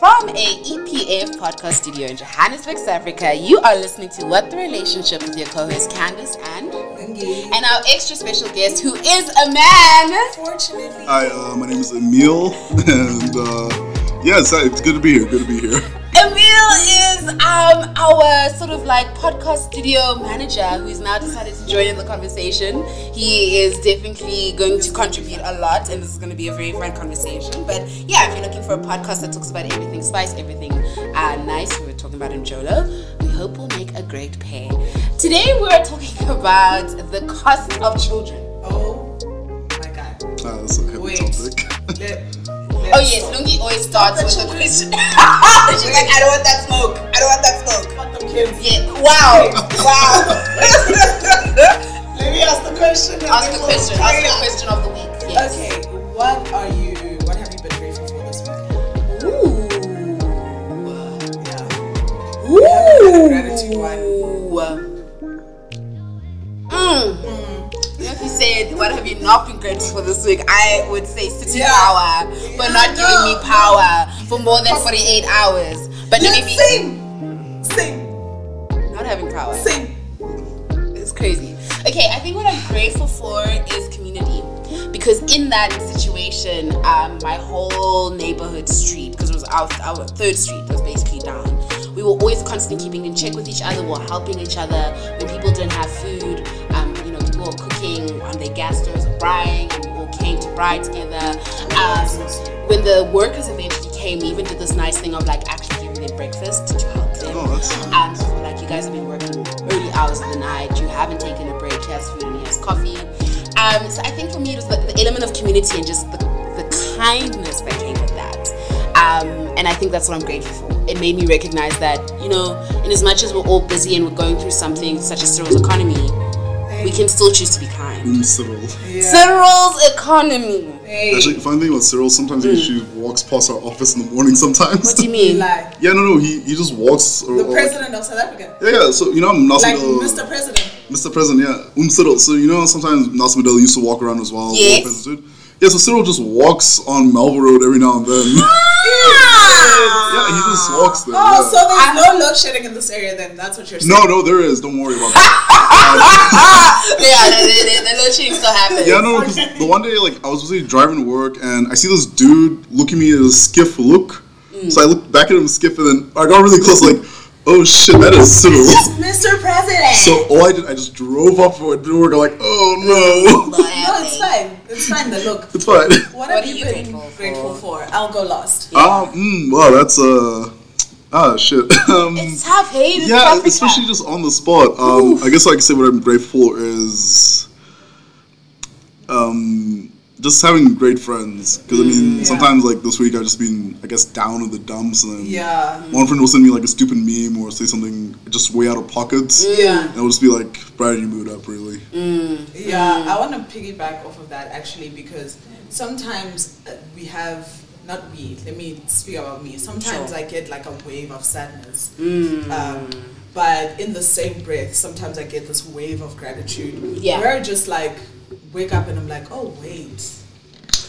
From a EPF podcast studio in Johannesburg, South Africa, you are listening to What the Relationship with your co-host Candace and Unfortunately, and our extra special guest who is a man. Hi, uh, my name is Emil, and uh, yeah, it's, it's good to be here. Good to be here. Uh, Emil is um, our sort of like podcast studio manager who's now decided to join in the conversation. He is definitely going to contribute a lot, and this is going to be a very fun conversation. But yeah, if you're looking for a podcast that talks about everything spice, everything uh, nice, we were talking about in Jolo, we hope we'll make a great pair. Today, we're talking about the cost of children. oh my god. Uh, that's a heavy Wait. topic. Let, Oh, yes, Lungi always starts with a question. She's like, I don't want that smoke. I don't want that smoke. Fuck them kids. Yeah, wow, wow. Let me ask the question. and ask then the we'll question. Ask carry the on. question of the week. Yes. Okay, what are you? What have you been grateful for this week? Ooh. Yeah. Ooh. Gratitude one. Mm. If you said, what have you not been grateful for this week? I would say city Yeah. power for not giving me power for more than 48 hours. But let me be Sing, sing, not having power. sing. It's crazy. Okay, I think what I'm grateful for is community. Because in that situation, um, my whole neighborhood street, because it was our, our third street, was basically down. We were always constantly keeping in check with each other, we were helping each other. When people didn't have food, um, you know, people were cooking on their gas stoves or frying, and we all came to fry together. Um, when the workers eventually came, we even did this nice thing of like actually giving them breakfast to help them. Oh, that's Um, so, like you guys have been working early hours of the night, you haven't taken a break, he has food and he has coffee. Um, so I think for me it was the, the element of community and just the, the kindness that came with that. Um, and I think that's what I'm grateful for. It made me recognize that, you know, in as much as we're all busy and we're going through something such as Cyril's economy, we can still choose to be kind. Mm, Cyril. Cyril's economy. Hey, Actually, the funny thing about Cyril, sometimes he she walks past our office in the morning. Sometimes. What do you Mm. you mean? lie. yeah, no, no, he, he just walks. Or, The or- president of South Africa, yeah, yeah. So you know, I'm like Nasmidel. Mr. President. Mr. President, yeah, um Cyril. So you know, sometimes Nasmidel used to walk around as well. Yes. President. Yeah, so Cyril just walks on Melville Road every now and then. Ah! yeah, he just walks there. Oh, yeah. so there's no load shedding in this area then? That's what you're saying. no, no, there is. Don't worry about that. Um, yeah, the, the, the, the load shedding still happens. Yeah, no, because the one day, like, I was busy driving to work, and I see this dude looking at me in a skiff look. So I looked back at him, skiff, and then I got really close, like, oh shit, that is Cyril. Mr. President. so all I did, I just drove up for it to work. I'm like, oh no, no, it's fine. It's fine. The look. it's fine. What have are you, you been grateful grateful, for? for? I'll go last. Ah, mm, wow, that's uh, ah, shit. Um, It's tough, hey? It's South yeah, Africa. especially just on the spot. Um, I guess I can say what I'm grateful is, um, just having great friends. Because I mean, Mm, yeah. sometimes like this week I've just been, I guess, down in the dumps, and then Yeah. one friend will send me like a stupid meme or say something just way out of pockets, Yeah. and I'll just be like, "Brad, you mood up, really." Mm. Yeah, Mm. I want to piggyback off of that actually because sometimes uh, we have not we. Let me speak about me. Sometimes Sure. Mm. I get like a wave of sadness, um, but in the same breath, sometimes I get this wave of gratitude. Yeah. where I just like wake up and I'm like, oh wait.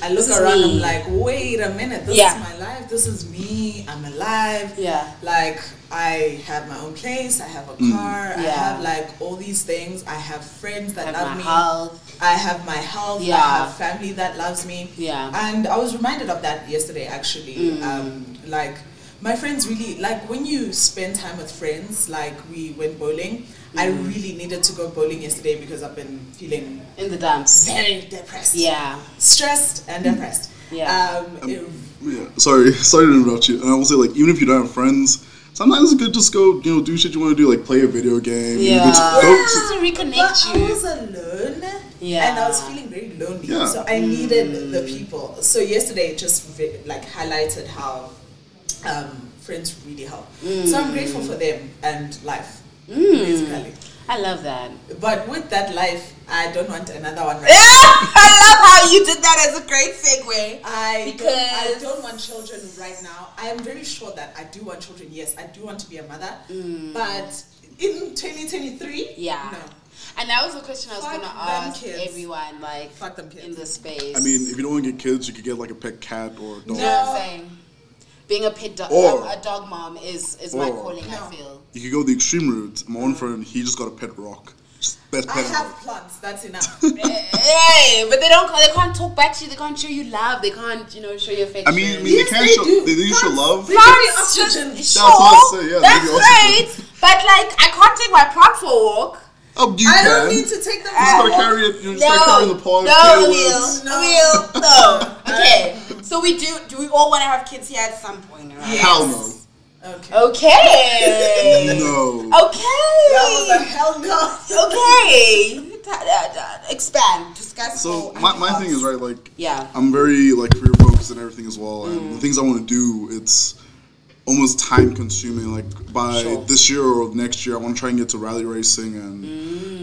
I look This is around. I'm me. like, wait a minute. This Yeah. is my life. This is me. I'm alive. Yeah. Like I have my own place. I have a car. I Yeah. have like all these things. I have friends that Like love my me. health. I have my health. I Yeah. have family that loves me. Yeah. Mm. And I was reminded of that yesterday, actually. Um, like my friends really like when you spend time with friends. Like we went bowling. I Mm. really needed to go bowling yesterday because I've been feeling In the dumps. very depressed. Yeah. Mm. Stressed and depressed. Yeah. Um, it- Yeah, sorry, sorry to interrupt you. And I will say, like, even if you don't have friends, sometimes it's good just go, you know, do shit you want to do, like play a video game. you know, Yeah. just go to- Just to But reconnect I you. was alone. Yeah. Mm. And I was feeling very lonely. Yeah. So I needed the people. So yesterday it just ve- like highlighted how um, friends really help. So I'm Mm. grateful for them and life. Basically. I love that. But with that life, I don't want another one Eh! right now. I love how you did that as a great segue. I don't, I Because- don't want children right now. I am very sure that I do want children. Yes, I do want to be a mother. But in 2023, Mm. Yeah. no. And that was the question I was Fuck going to them ask kids. everyone, like, Fuck them kids. in the space. I mean, if you don't want to get kids, you could get like a pet cat or a dog. you know what I'm saying? being a pet dog, Or- a dog mom is is my or- calling. I No. feel. You could go the extreme route. My one friend, he just got a pet rock. Just best I pet have rock. plants. That's enough. hey, but they don't. They can't talk back to you. They can't show you love. They can't, you know, show you affection. I mean, I mean Yes, they can they show do. they do show love. Plants. plants Give should- me oxygen. sure, That's what I say, yeah, that's give me oxygen. great. But like, I can't take my plant for a walk. Oh, you I can. don't need to take them. Ah, You out. start carrying it. You start carrying the pod. no, carry Emil, worms. No. Emil, no. Okay, so we do. Do we all want to have kids here at some point? Right? Yeah. Hell no. Okay. Oh, Okay. No. That was a Okay. hell no. Okay. Da- da- da- Expand. Discuss. So more. my, my thing is right, like Yeah. I'm very like career focused and everything as well, and Mm. the things I want to do, it's almost time consuming. Like by Sure. this year or next year, I want to try and get to rally racing and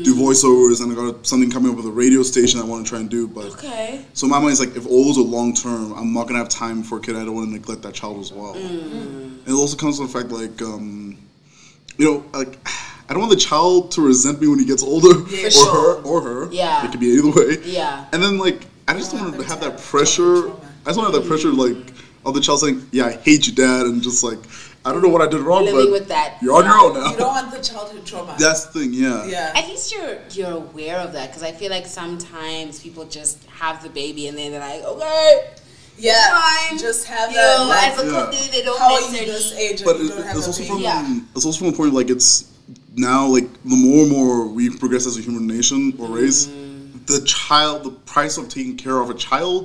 do Mm. voiceovers, and I got something coming up with a radio station I want to try and do. But Okay. so my mind is like, if all those are long term, I'm not gonna have time for a kid. I don't want to neglect that child as well. Mm. And it also comes to the fact like, um, you know, like. I don't want the child to resent me when he gets older, Yeah. or For sure. her, or her. Yeah. it could be either way. Yeah. And then like I just don't want them to have to that have pressure. trauma. I just want to have that pressure like of the child saying, "Yeah, I hate you, dad," and just like I don't know what I did wrong, Living but with that. you're on your own You don't now. want the childhood trauma. That's the thing, yeah. yeah. At least you're you're aware of that because I feel like sometimes people just have the baby and then they're like, okay, Yeah, fine. just have you that. know, like, as a Yeah. couple, they, they don't how are you this necessarily. age? But it, and you don't have it's a also baby? from Yeah. it's also from a point like it's now like the more and more we progress as a human nation Mm-hmm. or race, the child, the price of taking care of a child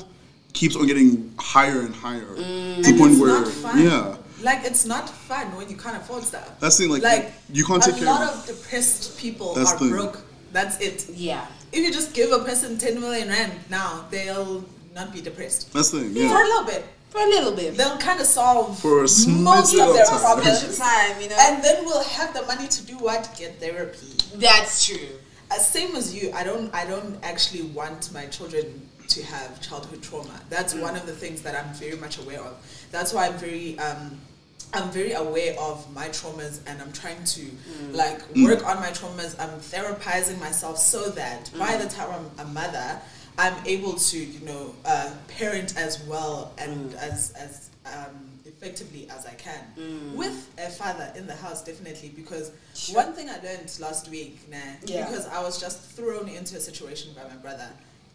keeps on getting higher and higher to the Mm. And point it's where not fun. yeah. Like it's not fun when you can't afford stuff. That's the thing, like, you can't take a care lot of- of depressed people That's are the- broke. That's it. Yeah. If you just give a person ten million rand now, they'll not be depressed That's the thing, for a yeah. little bit. For a little bit. They'll kind of solve For a most smidgen of of their time. problems, time, you know. and then we'll have the money to do what? Get therapy. That's true. Uh, same as you, I don't I don't actually want my children to have childhood trauma. That's one of the things that I'm very much aware of. That's why I'm very um, I'm very aware of my traumas and I'm trying to like work on my traumas. I'm therapizing myself so that by the time I'm a mother, I'm able to you know uh, parent as well and as as um, effectively as I can with a father in the house definitely because one thing I learned last week nah, Yeah. because I was just thrown into a situation by my brother.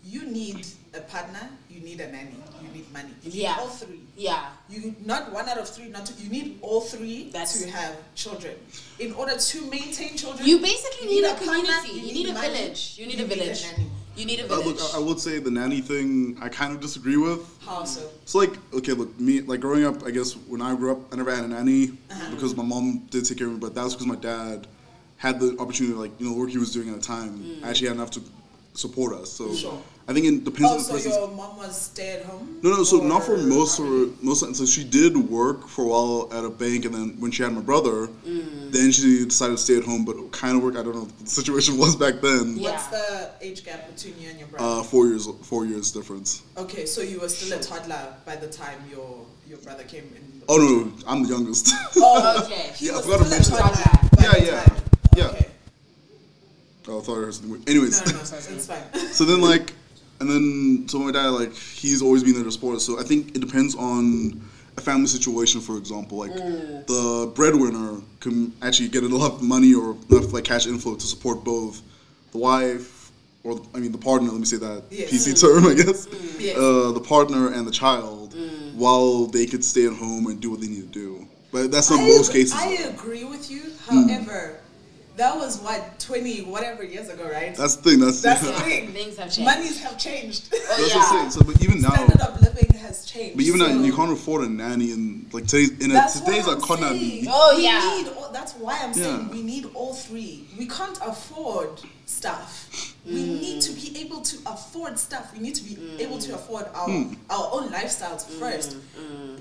You need a partner, you need a nanny, you need money. You need Yeah. all three. Yeah. You not one out of three, not two, you need all three That's- to have children. In order to maintain children, You basically you need, need a, a partner, community. you you need need a money, village. You need you a need a village. nanny. You need a Uh, look, village. I I would say the nanny thing I kind of disagree with. how so? So like, okay, look, me like growing up, I guess when I grew up, I never had a nanny Uh-huh. because my mom did take care of me, but that was because my dad had the opportunity, like you know, the work he was doing at the time, actually had enough to support us. So Mm. Sure. I think it depends Oh, on the so person's. your mom was stay at home? no, no. So not for Or- most or most. So she did work for a while at a bank, and then when she had my brother, Mm. then she decided to stay at home, but kind of work. I don't know what the situation was back then. Yeah. What's the age gap between you and your brother? Uh, four years, four years difference. Okay, so you were still a toddler by the time your your brother came in. Oh no, no I'm the youngest. Oh, okay. he Yeah, I was forgot to still a mention that. toddler. by Yeah, the yeah, time. yeah. Okay. oh, I thought I heard something. weird. Anyways. No, no, no, it's fine. So then, like, and then so my dad, like, he's always been there to support us. So I think it depends on a family situation. For example, like Mm. the breadwinner can actually get enough money or enough like cash inflow to support both the wife or I mean the partner. Let me say that Yes. Mm. PC term, I guess. Yes. Mm. Uh, the partner and the child, while they could stay at home and do what they need to do. But that's not I most ag- cases. Hmm. I agree with you. However, that was what twenty whatever years ago, right? that's the thing. That's, That's the that's thing. Things have changed. Monies have changed. Oh, what I'm yeah. saying. So, but even now, Standard of living has changed. But even now, so you can't afford a nanny in like today's in a, That's today's what I'm economy. saying. Oh, we yeah. Need all, that's why I'm saying Yeah. we need all three. We can't afford stuff. We Mm. need to be able to afford stuff. We need to be able to afford our Hmm. our own lifestyles Mm, first.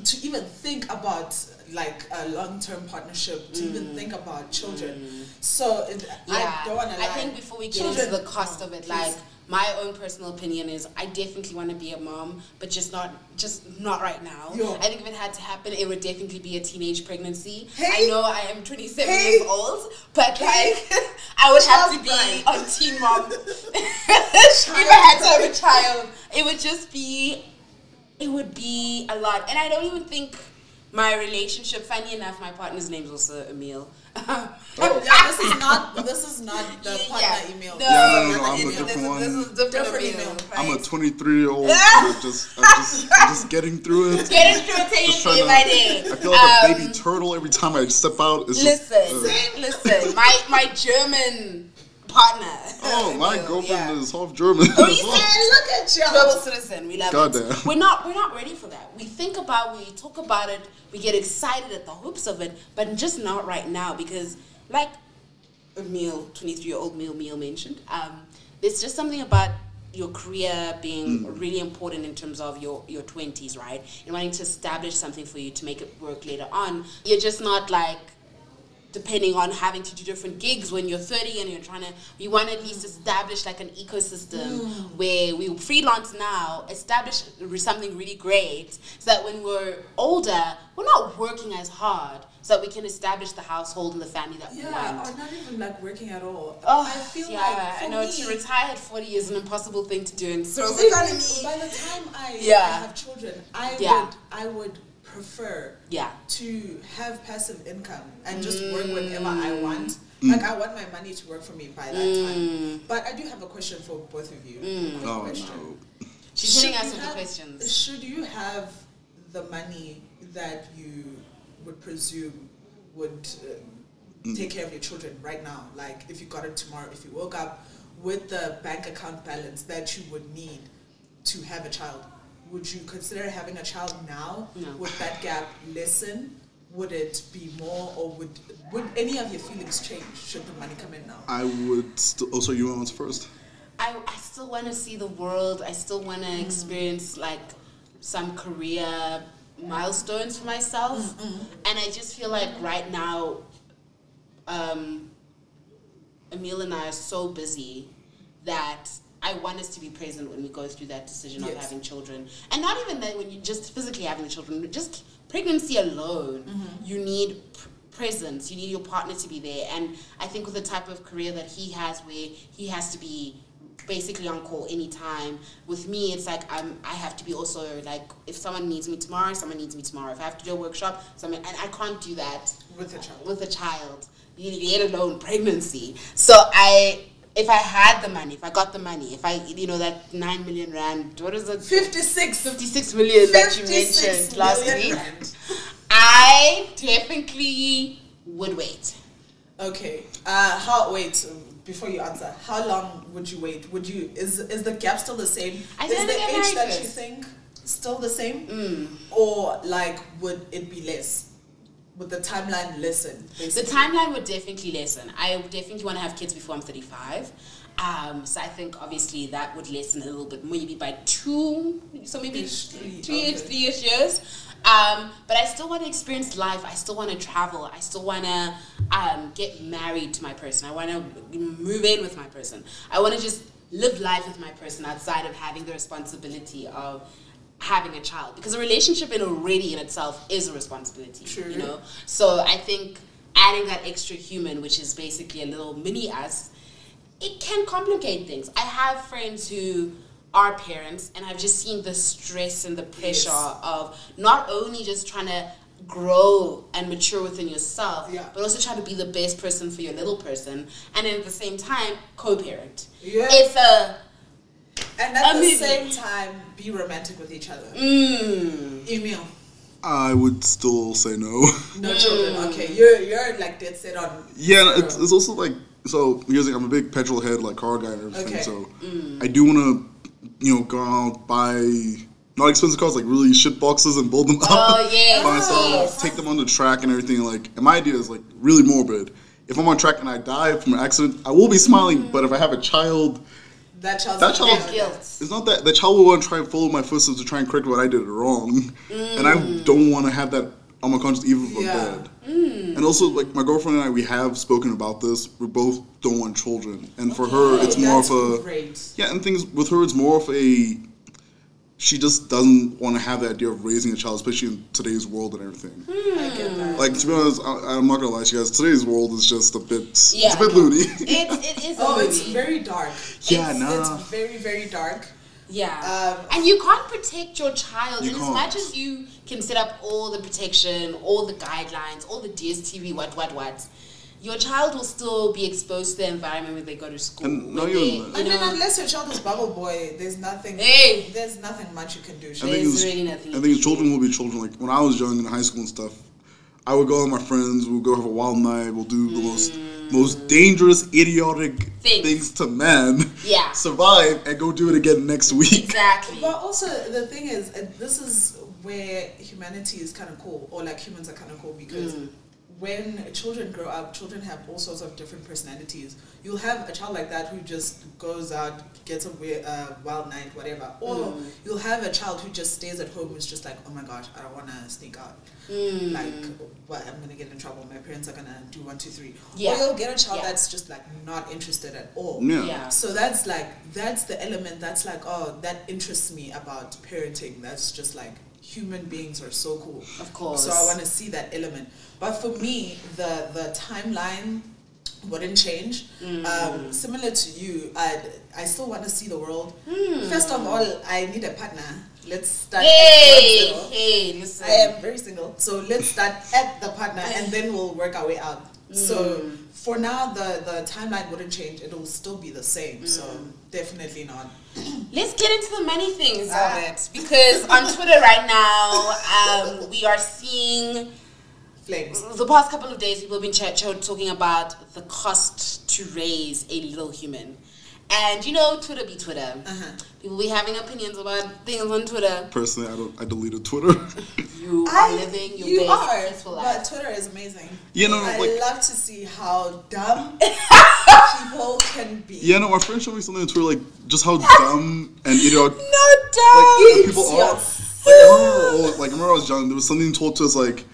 To even think about like a long term partnership. To even think about children. So it, Mm. yeah. I don't want to. think before we get into the cost of it, like my own personal opinion is I definitely want to be a mom, but just not just not right now. Yeah. I think if it had to happen, it would definitely be a teenage pregnancy. Hey. I know I am 27 Hey. years old, but Hey. like I would have to be on Childbride. teen mom. if I had to have a child, it would just be it would be a lot. And I don't even think My relationship, funny enough, my partner's name is also Emil. Yeah, this is not this is not the partner email. No, Yeah, no, no, no, this I'm a is- different this is- one. This is different, Different Emil. Emil. right? I'm a 23 year old. I'm just, I'm just, I'm just getting through it. Get into it, take it Just day trying by to- day. I feel like Um, a baby turtle every time I step out. It's just, Listen, uh, listen, my my German partner. oh, my Emil, girlfriend yeah. is half German. Oh, you as well. said, look at you. Global citizen, we love Goddamn. it. We're not, we're not ready for that. We think about, we talk about it, we get excited at the hopes of it, but just not right now because, like, Emil, twenty-three-year-old Emil, Emil mentioned, um, there's just something about your career being really important in terms of your your twenties, right? And wanting to establish something for you to make it work later on. You're just not like depending on having to do different gigs when you're 30 and you're trying to we want to at least establish like an ecosystem Mm. where we freelance now establish re- something really great so that when we're older we're not working as hard so that we can establish the household and the family that we Yeah, want or not even like working at all. Oh, I feel yeah, like for I know me, to retire at 40 is an impossible thing to do in Cyril's Even economy. By the time I, Yeah. I have children, I Yeah. would I would prefer Yeah. Mm. to have passive income and just work whenever I want. Mm. Like I want my money to work for me by that time. Mm. But I do have a question for both of you. A quick Oh, question. no. She's hitting Should us you with the have- questions. Should you have the money that you would presume would uh, take care of your children right now? Like if you got it tomorrow, if you woke up with the bank account balance that you would need to have a child, would you consider having a child now? No. Would that gap lessen? Would it be more, or would would any of your feelings change should the money come in now? I would still. Oh, so you want first? I, I still want to see the world. I still want to experience like some career milestones for myself. And I just feel like right now, um, Emil and I are so busy that I want us to be present when we go through that decision of Yes. having children. And not even that when you just physically having the children, just pregnancy alone, you need pr- presence, you need your partner to be there. And I think with the type of career that he has, where he has to be basically on call anytime with me it's like I'm, i have to be also like if someone needs me tomorrow someone needs me tomorrow if i have to do a workshop someone and i can't do that With a child. with a child, let alone pregnancy. So I, if I had the money, if I got the money, if I, you know, that nine million rand, what is it, Fifty-six. fifty-six million that you 56 mentioned last million week, rand. I definitely would wait. Okay. Uh, how? Wait. um, Before you answer, how long would you wait? Would you? Is is the gap still the same? I is think the I get age that married you first. Mm. think still the same, or like would it be less? Would the timeline lessen? The basically? timeline would definitely lessen. I would definitely want to have kids before I'm 35. Um, so I think obviously that would lessen a little bit, maybe by two, so maybe Ish, three, two years, okay. three-ish years. Um, but I still want to experience life. I still want to travel. I still want to um, get married to my person. I want to move in with my person. I want to just live life with my person outside of having the responsibility of having a child because a relationship in already in itself is a responsibility True. you know so i think adding that extra human which is basically a little mini us it can complicate things i have friends who are parents and i've just seen the stress and the pressure Yes. of not only just trying to grow and mature within yourself Yeah. but also trying to be the best person for your little person and then at the same time co-parent Yeah. it's a and at I the mean- same time, be romantic with each other. Mm. hmm. Email. I would still say no. No Mm. children. Okay, you're you're like dead set on. yeah, and it's, it's also like so. Here's the thing, I'm a big petrol head, like car guy and everything. Okay. So I do want to, you know, go out buy not expensive cars, like really shit boxes and build them up. oh yeah by myself, take them on the track and everything. Like, and my idea is like really morbid. If I'm on track and I die from an accident, I will be smiling. But if I have a child, That child's That child- That guilt it's not that the child will want to try and follow my footsteps to try and correct what I did wrong, and I don't want to have that on my conscience even if Yeah. I'm dead. And also, like my girlfriend and I, we have spoken about this. We both don't want children, and for her, it's more That's of a great. yeah, and things with her, it's more of a. She just doesn't want to have the idea of raising a child, especially in today's world and everything. I get that. Mm. Like to be honest, I, I'm not gonna lie to you guys. Today's world is just a bit, Yeah. it's a bit loony. It's it is. Oh, a it's movie. very dark. Yeah, it's, nah. It's very, very dark. Yeah. Um, and you can't protect your child You in as can't. much as you can set up all the protection, all the guidelines, all the DSTV, what, what, what. Your child will still be exposed to the environment when they go to school. And when now they, you're in you the- I mean, know, unless your child is bubble boy, there's nothing. Hey. There's nothing much you can do. I There's think it's, really nothing I you think can children will be children. Like when I was young in high school and stuff, I would go out with my friends. We'll go have a wild night. We'll do the most most dangerous, idiotic Mm. Things. to man. Yeah. Survive and go do it again next week. exactly. But also, the thing is, uh, this is where humanity is kind of cool, or like humans are kind of cool because Mm. when children grow up, children have all sorts of different personalities. You'll have a child like that who just goes out, gets a we- uh, wild night, whatever, or Mm. you'll have a child who just stays at home who's just like, oh my gosh, I don't want to sneak out. Mm. Like, what? I'm gonna get in trouble. My parents are gonna do one, two, three. Or Yeah. you'll get a child Yeah. that's just like not interested at all. Yeah. Yeah. So that's like that's the element that's like oh that interests me about parenting. That's just like human beings are so cool. Of course. So I want to see that element. But for me, the the timeline wouldn't change. Mm. Um, similar to you, I I still want to see the world. Hmm. First of all, I need a partner. Let's start. at Hey, ground zero. hey, listen. I am very single. So let's start at the partner and then we'll work our way out. So Mm. for now the, the timeline wouldn't change. It'll still be the same. So Mm. definitely not. Let's get into the money things Ah. of it because on Twitter right now, um, we are seeing Flames. the past couple of days people have been ch- ch- talking about the cost to raise a little human. And you know, Twitter be Twitter. Uh-huh. People be having opinions about things on Twitter. Personally, I don't. I deleted Twitter. You are living your you best are, successful but life. Twitter is amazing. You know, I like- love to see how dumb people can be. yeah, no. My friend showed me something on Twitter, like just how dumb and idiotic No like, doubt. people are. Like, I remember, oh, like I remember I was young. There was something told to us like,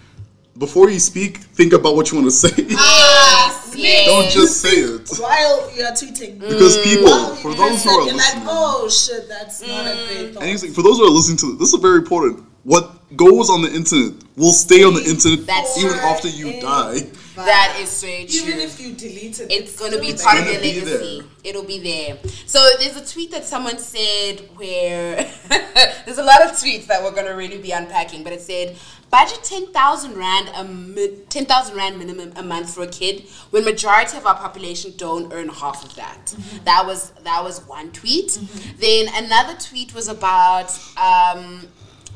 before you speak, think about what you want to say. yes, Ah, yes. Don't just say it. While you're tweeting. Mm. Because people, While for you those who listen, are you're listening, like, oh shit, that's not a Mm. great thought. and he's like, for those who are listening to this, this is very important. What goes on the internet will stay on the internet That's even true. after you Mm. die. But that is so true. even if you delete it, it's going to still be there. part of gonna your be legacy. It'll be there. So there's a tweet that someone said where there's a lot of tweets that we're going to really be unpacking, but it said budget 10,000 rand a mi- 10,000 rand minimum a month for a kid when majority of our population don't earn half of that. Mm-hmm. That was that was one tweet. Then another tweet was about um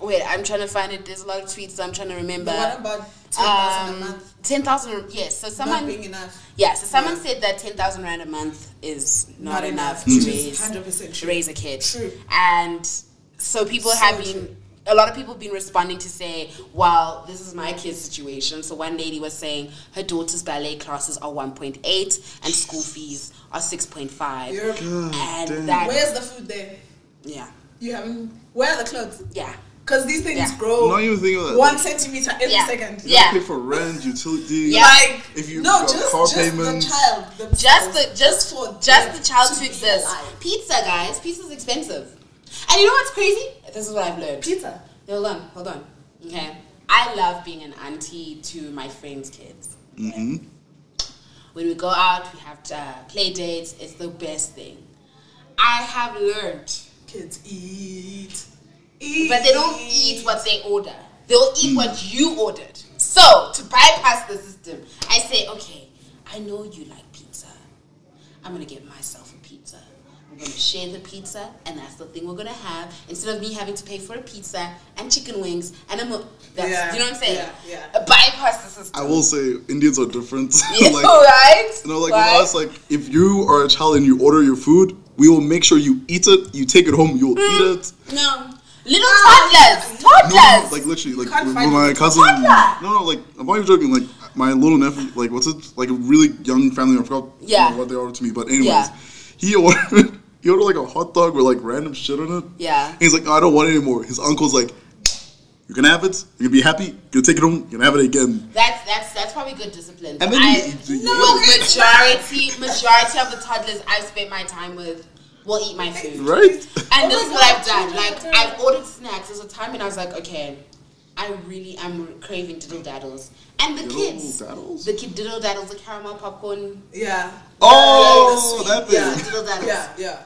Wait, I'm trying to find it. There's a lot of tweets. I'm trying to remember. But what about ten thousand Um, a month? 10,000. Yes. So someone not being enough. yeah, so someone said that 10,000 Rand a month is not, Not enough, enough, to which raise, is 100% to true. raise a kid. True. And so people So have been, true. a lot of people have been responding to say, well, this is my kid's situation. So one lady was saying her daughter's ballet classes are 1.8 and school fees are 6.5. You're- and damn. that, Where's the food there? yeah, You haven't. Where are the clothes? yeah. Because these things Yeah. grow Not even thinking of that. one centimeter every Yeah. second. You gotta Yeah. pay for rent, utilities. Yeah. Like If you no, got just, car just payments. the child. themselves. just the just for for just them the child to to be exist. alive. Pizza, guys, pizza's expensive. And you know what's crazy? This is what I've learned. Pizza. Hold on, hold on. Okay, I love being an auntie to my friends' kids. Mhm. When we go out, we have uh, play dates. It's the best thing. I have learned, Kids eat, eat, but they don't eat what they order. They'll eat Hmm. what you ordered. So to bypass the system, I say, okay, I know you like pizza. I'm gonna get myself a pizza. We're gonna share the pizza, and that's the thing we're gonna have instead of me having to pay for a pizza and chicken wings and a. Mo- that's, Yeah, You know what I'm saying? yeah, yeah. A bypass the system. I will say Indians are different. Oh, Yeah, like, right? you know, like Right? with us, like if you are a child and you order your food, we will make sure you eat it. You take it home, you'll Mm. eat it. No. Little Ah, toddlers. yeah. No, Toddlers. no, like literally, like can't with find my it. cousin. Toddler. No, no, like I'm not even joking. Like my little nephew, like what's it? Like a really young family. I forgot Yeah. you know, what they ordered to me, but anyways, Yeah. he ordered he ordered like a hot dog with like random shit on it. Yeah. And he's like, no, I don't want it anymore. His uncle's like, you can have it. You can be happy. You can take it home. You can have it again. That's that's that's probably good discipline. And then I, you- you- well, majority majority of the toddlers I've spent my time with will eat my food. Right? And Oh this is my what I've God, done. children Like are I've terrible. ordered snacks. There's a time and I was like, okay, I really am craving diddle daddles. And the Diddle kids, daddles? the kid diddle daddles, the caramel popcorn, Yeah. Oh, that Yeah, thing. diddle daddles. Yeah, yeah.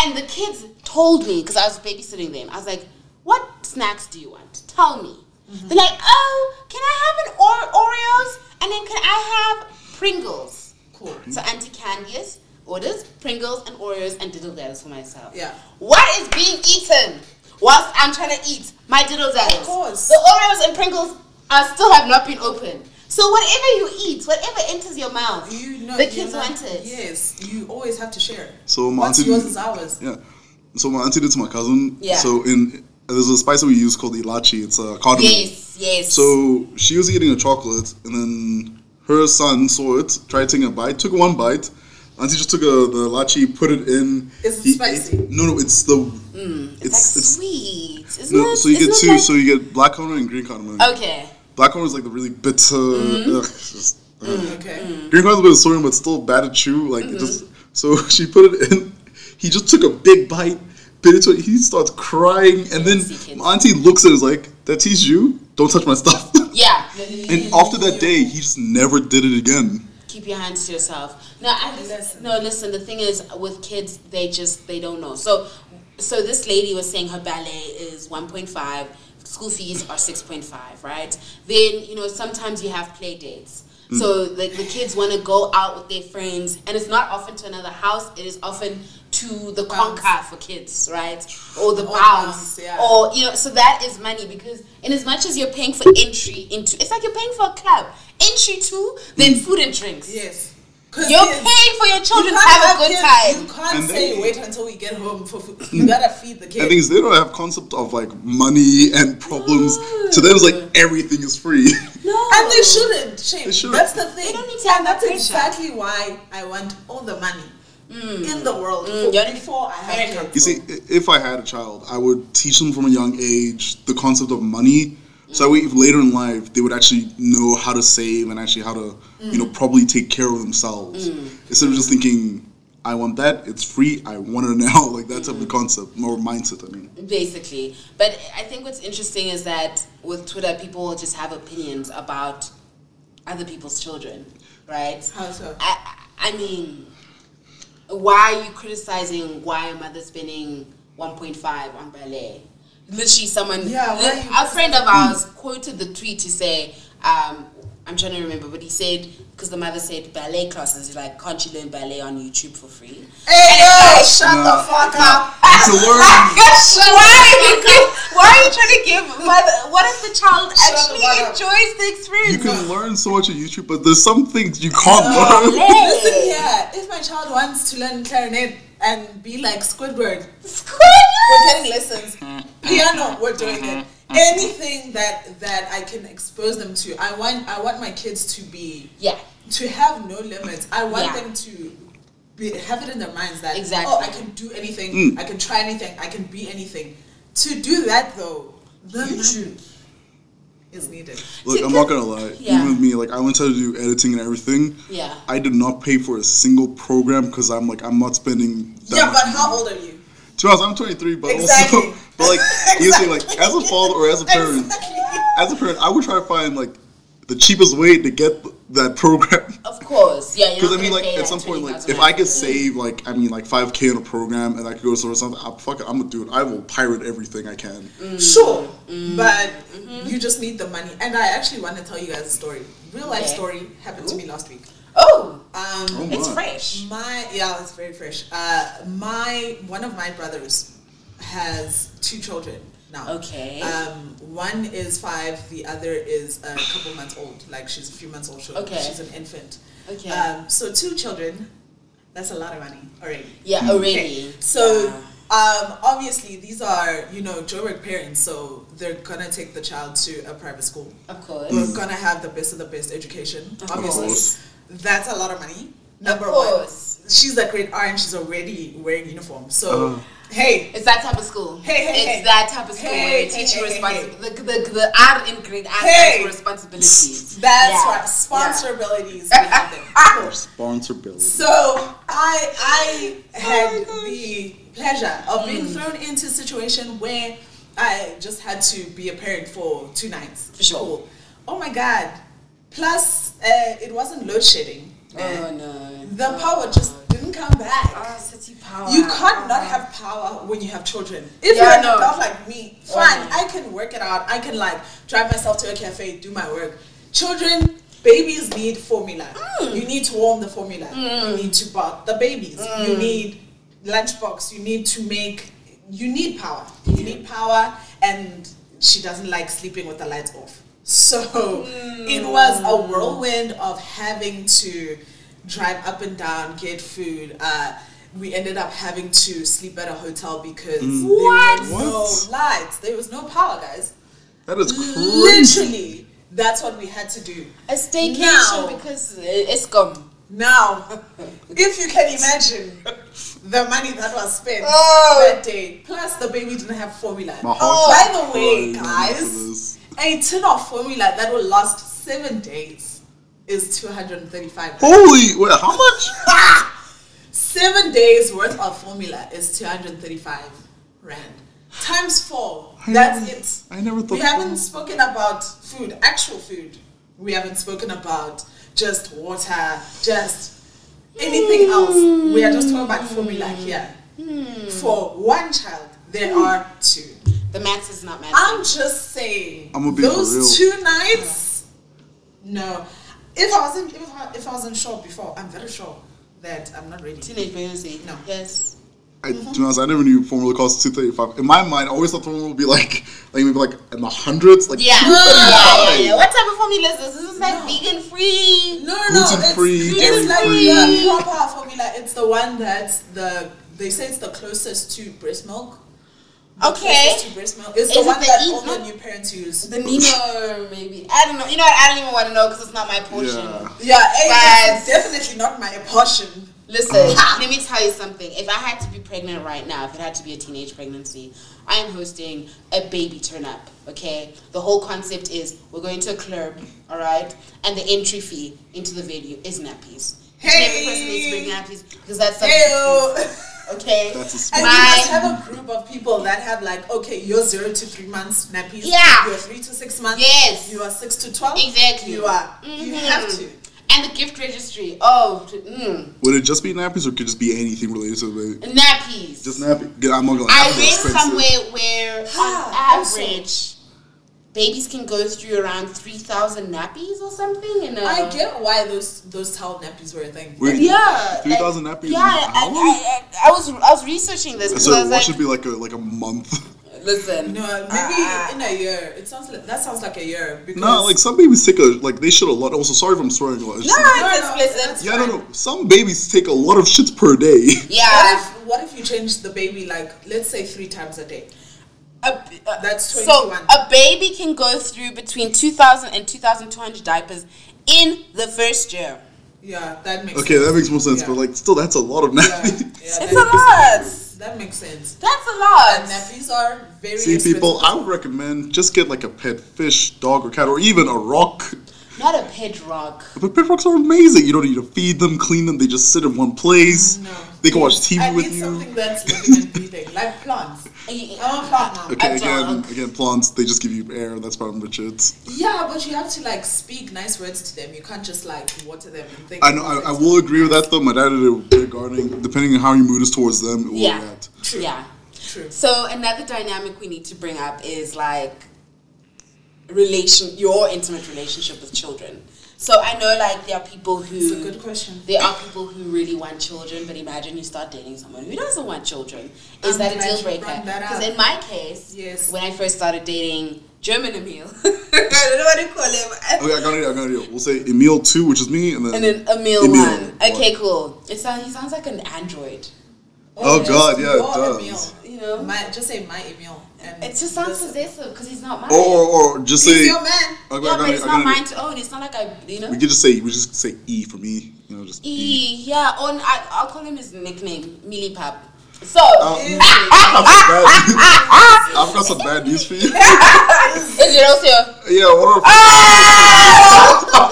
And the kids told me because I was babysitting them. I was like, "What snacks do you want? Tell me." Mm-hmm. They're like, "Oh, can I have an or- Oreos? And then can I have Pringles?" Cool. So Auntie Candice orders Pringles and Oreos and diddle daddles for myself. Yeah. What is being eaten whilst I'm trying to eat my diddle daddles? Of course. The Oreos and Pringles are still have not been opened. So whatever you eat, whatever enters your mouth, You know, the you kids know- want it. Yes, you always have to share. So my What's auntie yours did- is ours. Yeah. So my auntie did to my cousin. Yeah. So in there's a spice that we use called ilachi. It's a cardamom. Yes, yes. So she was eating a chocolate, and then her son saw it, tried taking a bite, took one bite. Auntie just took a, the lachi, put it in. Is it he spicy? ate- no, no, it's the. it's, Mm, like sweet, isn't no, it? so you Isn't get it two. like- Oh. so you get black cardamom and green cardamom. okay, Black cardamom is like the really bitter. Mm-hmm. ugh, it's just, ugh. Mm. Okay. Green cardamom is a bit of sodium, but still bad to chew. Like it just. Mm-hmm. So she put it in. He just took a big bite, bit into it. He starts crying, and then Yes, he can. my auntie looks at him is like, "That teach you? Don't touch my stuff." yeah. And after that day, he just never did it again. Keep your hands to yourself. No, I just, Listen. no. Listen, the thing is, with kids, they just they don't know. So, so this lady was saying her ballet is one point five. School fees are six point five, right? Then you know sometimes you have play dates. So like the kids want to go out with their friends, and it's not often to another house. It is often to the Bounce. conca for kids, right? Or the Or bounce, bounce, yeah. or you know, so that is money because in as much as you're paying for entry into, it's like you're paying for a club entry to, then food and drinks. Yes. 'Cause You're kids- paying for your you children to can't have a good kids- time. You can't And say they- wait until we get home for food. You gotta feed the And kids. things they don't have concept of like money and problems. To them, it's like everything is free. No, And they shouldn't, Shame. They shouldn't. That's the thing. Oh. don't need to have and that that's pressure. exactly why I want all the money in the world Mm, you only- before I very have you kids. see, i- if I had a child, I would teach them from a young age the concept of money. So that way, if later in life they would actually know how to save and actually how to, you know, probably take care of themselves instead of just thinking, "I want that. It's free. I want it now." Like that type of concept or mindset. I mean, basically. But I think what's interesting is that with Twitter, people will just have opinions about other people's children, right? How so? I, I mean, why are you criticizing why a mother spending 1.5 on ballet? Literally, someone, Yeah, why are you a friend of ours quoted the tweet to say, um, I'm trying to remember, but he said, because the mother said ballet classes, he's like, can't you learn ballet on YouTube for free? Hey, yo, shut Nah. the fuck up. to learn. why? why are you trying to give? Mother, what if the child Shut actually the fuck up. enjoys the You experience? can learn so much on YouTube, but there's some things you can't No. learn. Hey. Listen here, if my child wants to learn clarinet and be like Squidward, we're getting lessons. Piano, we're doing it. Mm-hmm. Anything that that I can expose them to, I want I want my kids to be yeah, to have no limits. I want Yeah. them to be, have it in their minds that Exactly. oh, I can do anything, I can try anything, I can be anything. To do that though, the money is needed. Look, I'm not gonna lie. Yeah. Even with me, like I went to do editing and everything. Yeah. I did not pay for a single program because I'm like I'm not spending. That yeah, much but money. how old are you? To be honest, I'm 23, but Exactly. also, but like you see, like as a father or as a parent, Exactly. as a parent, I would try to find like the cheapest way to get th- that program. of course. Yeah, Because I mean, like at some point, like if I could save like I mean, like 5k on a program and I could go to something, I'm fuck it, I'm gonna do it. I will pirate everything I can. Mm. Mm. Sure, but Mm-hmm. you just need the money. And I actually want to tell you guys a story. Real life Okay. story happened to me last week. oh, Um, Oh it's my. fresh. My yeah, it's very fresh. Uh, my one of my brothers has two children now. Okay. Um, one is five. The other is a couple months old. Like she's a few months old. She's, Okay. She's an infant. Okay. Um, so two children. That's a lot of money already. Mm. Yeah, already. So Yeah. um, obviously these are you know Joburg parents, so they're gonna take the child to a private school. of course. Mm. We're gonna have the best of the best education. Of obviously, course. that's a lot of money. Number course. one, she's a grade R and she's already wearing uniform. So hey, It's that type of school. Hey, hey, it's hey. that type of school where Hey, you hey, teach you hey, hey, responsibility. The, the, the R in grade R stands Hey. for responsibilities. that's Yeah. Ah. right. Sponsorabilities. we have them. Of course. Sponsorability. So I I Oh had the pleasure of being Mm. thrown into a situation where I just had to be a parent for two nights. For sure. Cool. Oh my god. Plus, uh, it wasn't load shedding. Yeah. Oh no. The power just didn't come back. Ah, city power. You can't not have power when you have children. If Yeah, you're an no. adult like me, fine, Yeah. I can work it out. I can like drive myself to a cafe, do my work. Children, babies need formula. You need to warm the formula. You need to bath the babies. You need lunchbox. You need to make. You need power. You need power, and she doesn't like sleeping with the lights off. So it was a whirlwind of having to drive up and down, get food. Uh, we ended up having to sleep at a hotel because What? there were no What? lights. There was no power, guys. That is crazy. Literally, that's what we had to do. A staycation Now. because uh, it's gone. Now, if you can imagine the money that was spent Oh. that day, plus the baby didn't have formula. My heart Oh, by the Oh, way, no, for this. guys, a tin of formula that will last seven days is 235. Holy, wait, how much? Seven days worth of formula is 235 rand. Times four. I That's never- it. I never thought We haven't so. spoken about food, actual food. We haven't spoken about just water, just anything else. We are just talking about formula here. For one child, there are two. The maths is not maths. I'm just saying. I'ma be for those real. two nights. No, if I wasn't if I, if I wasn't sure before, I'm very sure that I'm not ready. Teenage pregnancy. No. Yes. I, to be honest, I never knew formula cost two thirty five. In my mind, I always thought formula would be like, like maybe like in the hundreds, like Yeah. yeah, yeah, $2.35. yeah. What type of formula is this? This is like vegan free. No, no, Gluten it's, free, it's dairy like free. the proper formula. It's the one that's the they say it's the closest to breast milk. The Okay. closest to breast milk. It's Is the it one the that E- all the no? new parents use. The Nino, maybe. I don't know. You know what? I don't even want to know because it's not my portion. Yeah. Yeah, eh, it's Guys. definitely not my portion. Listen, let me tell you something. If I had to be pregnant right now, if it had to be a teenage pregnancy, I am hosting a baby turn up, okay? The whole concept is we're going to a club, all right? And the entry fee into the venue is nappies. Each and Every person needs to bring Hey. nappies because that's something. Ew. Okay? That's a smart. And you must My, have a group of people that have like, okay, you're zero to three months nappies. Yeah. You're three to six months. Yes. You are six to twelve. Exactly. Mm-hmm. You are. You have to. and the gift registry. Oh, t- mm, Would it just be nappies, or could it just be anything related to the baby? nappies. Just nappy. Good, I'm not gonna. I nappies are read expensive. somewhere where, on Ah, also. average, babies can go through around 3,000 nappies or something. In a, I get why those those towel nappies were a thing. Wait, Yeah. three thousand nappies. Yeah, an I, hour? I, I, I was I was researching this because so I what was should like, be like a like a month? listen, No, maybe Ah. in a year. It sounds like that sounds like a year because no, like some babies take a like they shit a lot. Also, sorry if I'm swearing a lot. It's no, just like- No, it's no, explicit. that's- yeah, no, no. Some babies take a lot of shits per day. Yeah, what if what if you change the baby like let's say three times a day? a, a- That's so 21. a baby can go through between 2,000 and 2,200 diapers in the first year. Yeah, that makes okay, sense. that makes more sense. Yeah. But like, still, that's a lot of nappies. yeah, yeah, it's that a makes lot. sense. That makes sense. That's a lot. And nappies are very See, expensive. people, I would recommend just get like a pet fish, dog, or cat, or even a rock. Not a pet rock. But pet rocks are amazing. You don't need to feed them, clean them. They just sit in one place. No. They can watch TV I with need you. something that's living and breathing, like plants. I'm a plant now. Okay, A again, dog. again, plants. They just give you air. That's part of the shits. Yeah, but you have to like speak nice words to them. You can't just like water them and think. I know. I, I will agree with that though. My dad did a great gardening. Depending on how your mood is towards them, it will Yeah. react. True. Yeah. True. So another dynamic we need to bring up is like relation your intimate relationship with children. So I know like there are people who It's a good question. There are people who really want children, but imagine you start dating someone who doesn't want children. Is I'm that a glad deal you breaker? brought that Because up. in my case, Yes. when I first started dating German Emil, I don't know what to call him. Okay, I got an idea. I got an idea. We'll say Emil two, which is me, and then And then Emil, Emil. one. Okay, cool. It sounds he sounds like an android. Oh, just God, yeah, it your does. email. You know, My, just say my email. And it just sounds listen. possessive because he's not mine. Or, or or just say. He's your man. I got- I yeah, got but an- it's I got not an idea. mine to own. It's not like I, you know. We could just say we just say E for me. You know, just E. E, yeah, on I, I'll call him his nickname, Millipap. So Oh, I've got some bad- I've got some bad news for you. is it also? Yeah, what are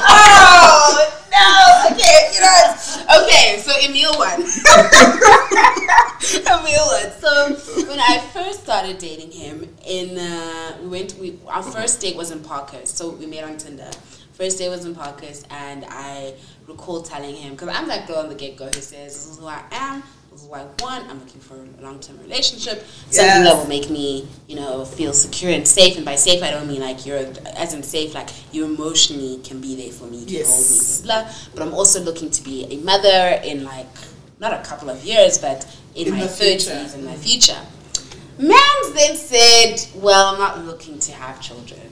Oh no! Okay, you know. what? Okay, so Emil won. Emil won. So when I first started dating him, in uh, we went. We, our first date was in Parkhurst, so we met on on Tinder. First day was in Parkers, and I recall telling him because I'm that girl on the get go who says this is who I am, this is what I want. I'm looking for a long term relationship, something Yes. that will make me, you know, feel secure and safe. And by safe, I don't mean like you're as in safe, like you emotionally can be there for me, can hold me, Yes. blah, But I'm also looking to be a mother in like not a couple of years, but in, In my the future. thirties, in my future. Mams then said, "Well, I'm not looking to have children."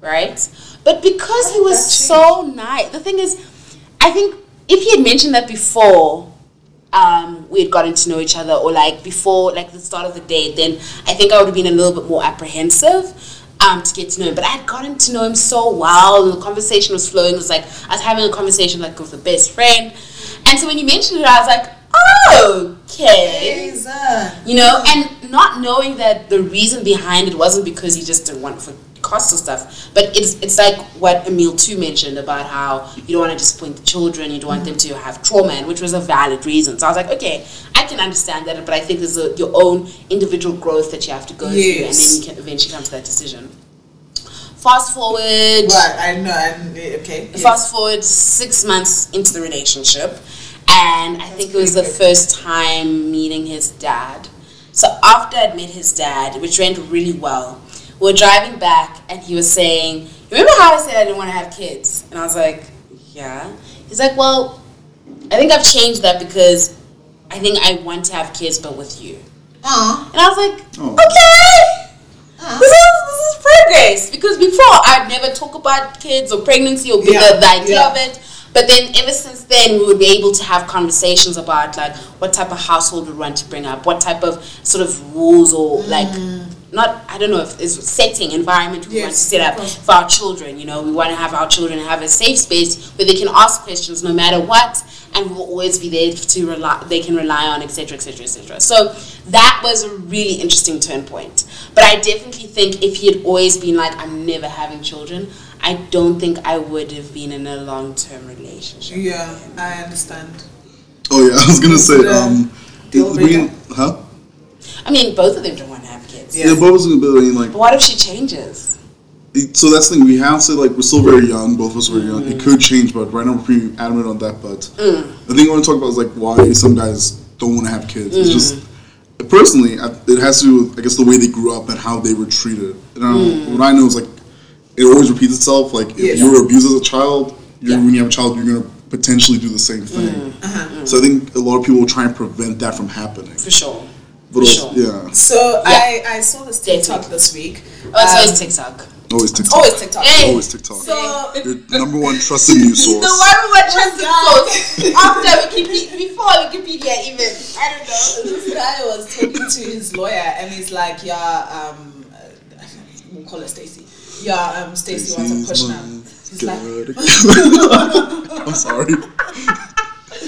right? But because he How did was that change? so nice, the thing is, I think if he had mentioned that before um, we had gotten to know each other, or like before, like the start of the date, then I think I would have been a little bit more apprehensive. Um, to get to know him, but I had gotten to know him so well, and the conversation was flowing. It was like I was having a conversation like with a best friend, and so when you mentioned it, I was like, "Oh, okay, Exactly. you know, and not knowing that the reason behind it wasn't because he just didn't want for cost and stuff, but it's it's like what Emil too mentioned about how you don't want to disappoint the children, you don't want them to have trauma, and which was a valid reason. So I was like, okay, I can understand that, but I think there's a, your own individual growth that you have to go through, and then Yes. you can eventually come to that decision. Fast forward, Right, I know, and uh, okay. yes. Fast forward six months into the relationship, and I think it was the pretty first time meeting his dad. So after I'd met his dad, which went really well, we were driving back, and he was saying, "Remember how I said I didn't want to have kids?" And I was like, "Yeah." He's like, "Well, I think I've changed that because I think I want to have kids, but with you." Aw, And I was like, Oh. okay. Ah. This is, this is progress because before I'd never talk about kids or pregnancy or be- Yeah, the, the idea yeah. of it. But then ever since then, we would be able to have conversations about like what type of household we want to bring up, what type of sort of rules or like not I don't know if it's setting environment we want to Mm. Yes, set of up course. for our children. You know, we want to have our children have a safe space where they can ask questions no matter what, and we'll always be there to rely. They can rely on, etc., etc., etc. So that was a really interesting turn point. But I definitely think if he had always been like, "I'm never having children," I don't think I would have been in a long-term relationship. yeah, I understand. Oh yeah, I was gonna say. Yeah. Um, Deal it- bringing- huh? breaker. I mean, both of them don't want to have kids. Yeah. Yeah, but I was gonna be I mean, like. But what if she changes? it- So that's the thing. We have said like we're still very young. Both of us are very young. It could change, but right now we're pretty adamant on that. But the thing I want to talk about is like why some guys don't want to have kids. It's just personally, I- it has to do with I guess the way they grew up and how they were treated. And I, what I know is like it always repeats itself. Like if Yes. you were abused as a child, you're, Yeah. when you have a child, you're gonna potentially do the same thing. So I think a lot of people try and prevent that from happening. For sure. But For also, sure. yeah, So Yeah. I, I saw this TikTok Definitely. this week. Oh, it's Um, always TikTok. always TikTok. always TikTok. Hey. Always TikTok. Oh, So Your number one trusted news The source. one we were Oh trusted most after Wikipedia, before Wikipedia even. I don't know. this guy was talking to his lawyer and he's like, yeah, um, uh, we'll call her Stacy. Yeah, um, Stacy wants a push now. He's like, Good. I'm sorry. And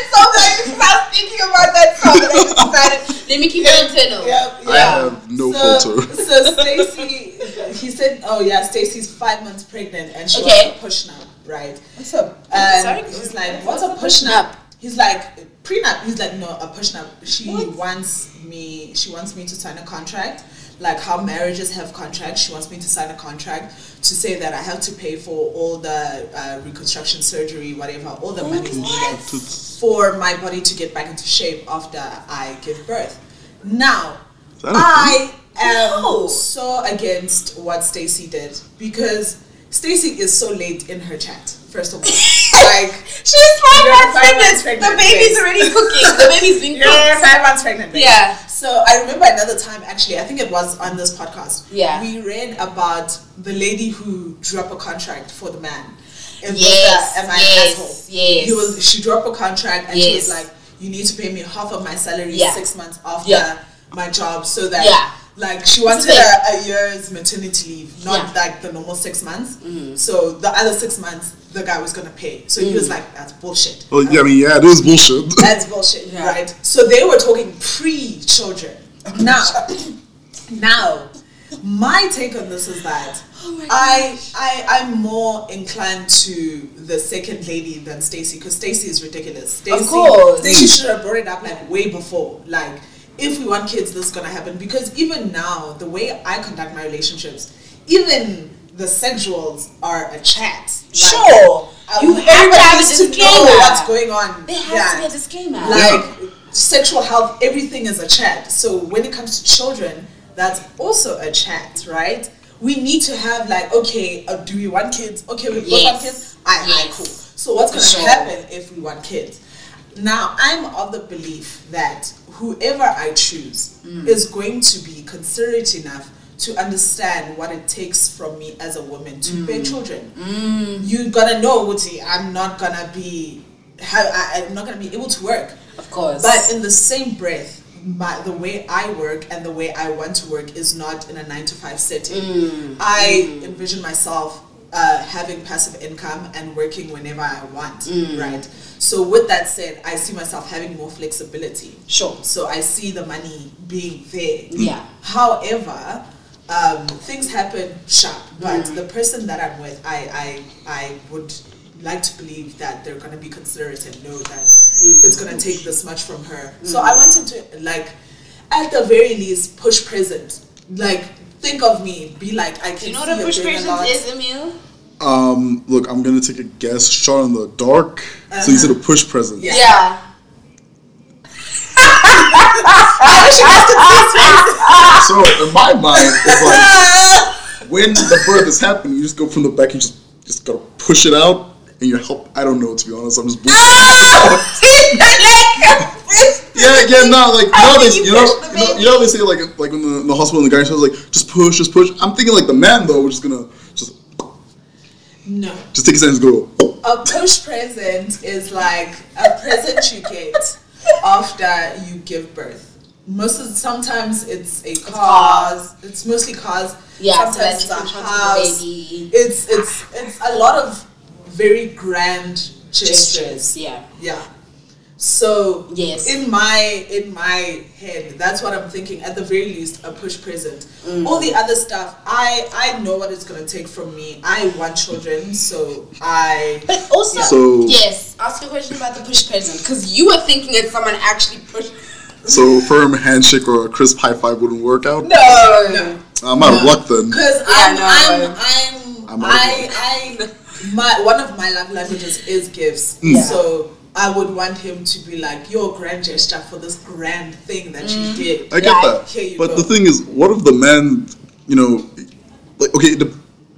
it's so funny because I was thinking about that song and I just decided, let me keep it internal. yeah, yeah. I have no so, filter. So Stacy, he said, oh yeah, Stacy's five months pregnant and she Okay. wants a push now, right? What's up? And Sorry? he's like, what's a push nap? He's like, prenup. He's like, no, a push nap. She What? wants me. She wants me to sign a contract, like how marriages have contracts. She wants me to sign a contract to say that I have to pay for all the uh, reconstruction surgery, whatever, all the money needed for my body to get back into shape after I give birth. Now, that a I am No. so against what Stacy did because Stacy is so late in her chat. First of all, like She's five You're months five pregnant. months pregnant, The baby's yes. already cooking. The baby's being Yeah, cooked. five months pregnant. babe. Yeah. So I remember another time, actually, I think it was on this podcast. Yeah. We read about the lady who drew up a contract for the man. It was Yes, the, am I yes, an asshole? yes. He was, she drew up a contract and she Yes. was like, you need to pay me half of my salary Yeah. six months after Yeah. my job so that. Yeah. Like she wanted thing. a, a year's maternity leave, not Yeah. like the normal six months. So the other six months, the guy was gonna pay. So he was like, "That's bullshit." Well, yeah, I mean, yeah, it is bullshit. That's bullshit, Yeah. Oh right? So they were talking pre-children. Now, now, my take on this is that Oh my I, I, I'm more inclined to the second lady than Stacy because Stacy is ridiculous. Stacey, course. Stacey should have brought it up like way before, like. If we want kids, this is gonna happen because even now, the way I conduct my relationships, even the sexuals are a chat. Like, Sure. uh, You have to everybody have a needs know disclaimer. what's going on. There has to Yeah. be a disclaimer. like sexual health everything is a chat so when it comes to children that's also a chat right we need to have like okay uh, do we want kids okay we both want Yes. kids i Yes. cool so what's going to Sure. happen if we want kids now i'm of the belief that whoever i choose is going to be considerate enough to understand what it takes from me as a woman to bear children you're gonna know Wuti, i'm not gonna be ha- I, i'm not gonna be able to work of course. but in the same breath, my, the way I work and the way I want to work is not in a nine to five setting. I envision myself uh, having passive income and working whenever I want, right? So, with that said, I see myself having more flexibility. Sure. So, I see the money being there. Yeah. However, um, things happen sharp, but Mm. the person that I'm with, I, I, I would like to believe that they're going to be considerate and know that Mm. it's going to take this much from her. So I want him to, like, at the very least, push present. Like, think of me, be like, I can you know what see a you're push doing a presence lot. is, Emil? Um, look, I'm gonna take a guess. Shot in the dark. So you said a push present. Yeah. So in my mind, it's like when the birth is happening, you just go from the back. You just just gotta push it out, and you help. I don't know to be honest. I'm just. Yeah, yeah, no, like How nowadays, do you you know, push the you know, you know, they say like, like when the, in the hospital and the guy says like, just push, just push. I'm thinking like the man though, we're just gonna just No. just take his hands and go. A push present is like a present you get after you give birth. Most of sometimes it's a cause. It's, mostly cause. Yeah, so that you can sometimes it's a transport the house. baby. It's it's it's a lot of very grand Gestures, gestures. yeah. Yeah. So Yes. in my in my head, that's what I'm thinking. At the very least, a push present. All Mm. the other stuff, I I know what it's gonna take from me. I want children, so I But also, So- yes, ask a question about the push present because you were thinking that someone actually pushed. So firm handshake or a crisp high five wouldn't work out. Uh, No, No. I'm out of luck then. Because Yeah, I'm, no, I'm, I'm I'm, out of I, I, my one of my love languages is gifts. Mm. Yeah. So I would want him to be like your grand gesture for this grand thing that you Mm. did. I get Yeah, that. here you but go. the thing is, what if the man, you know, like okay, the,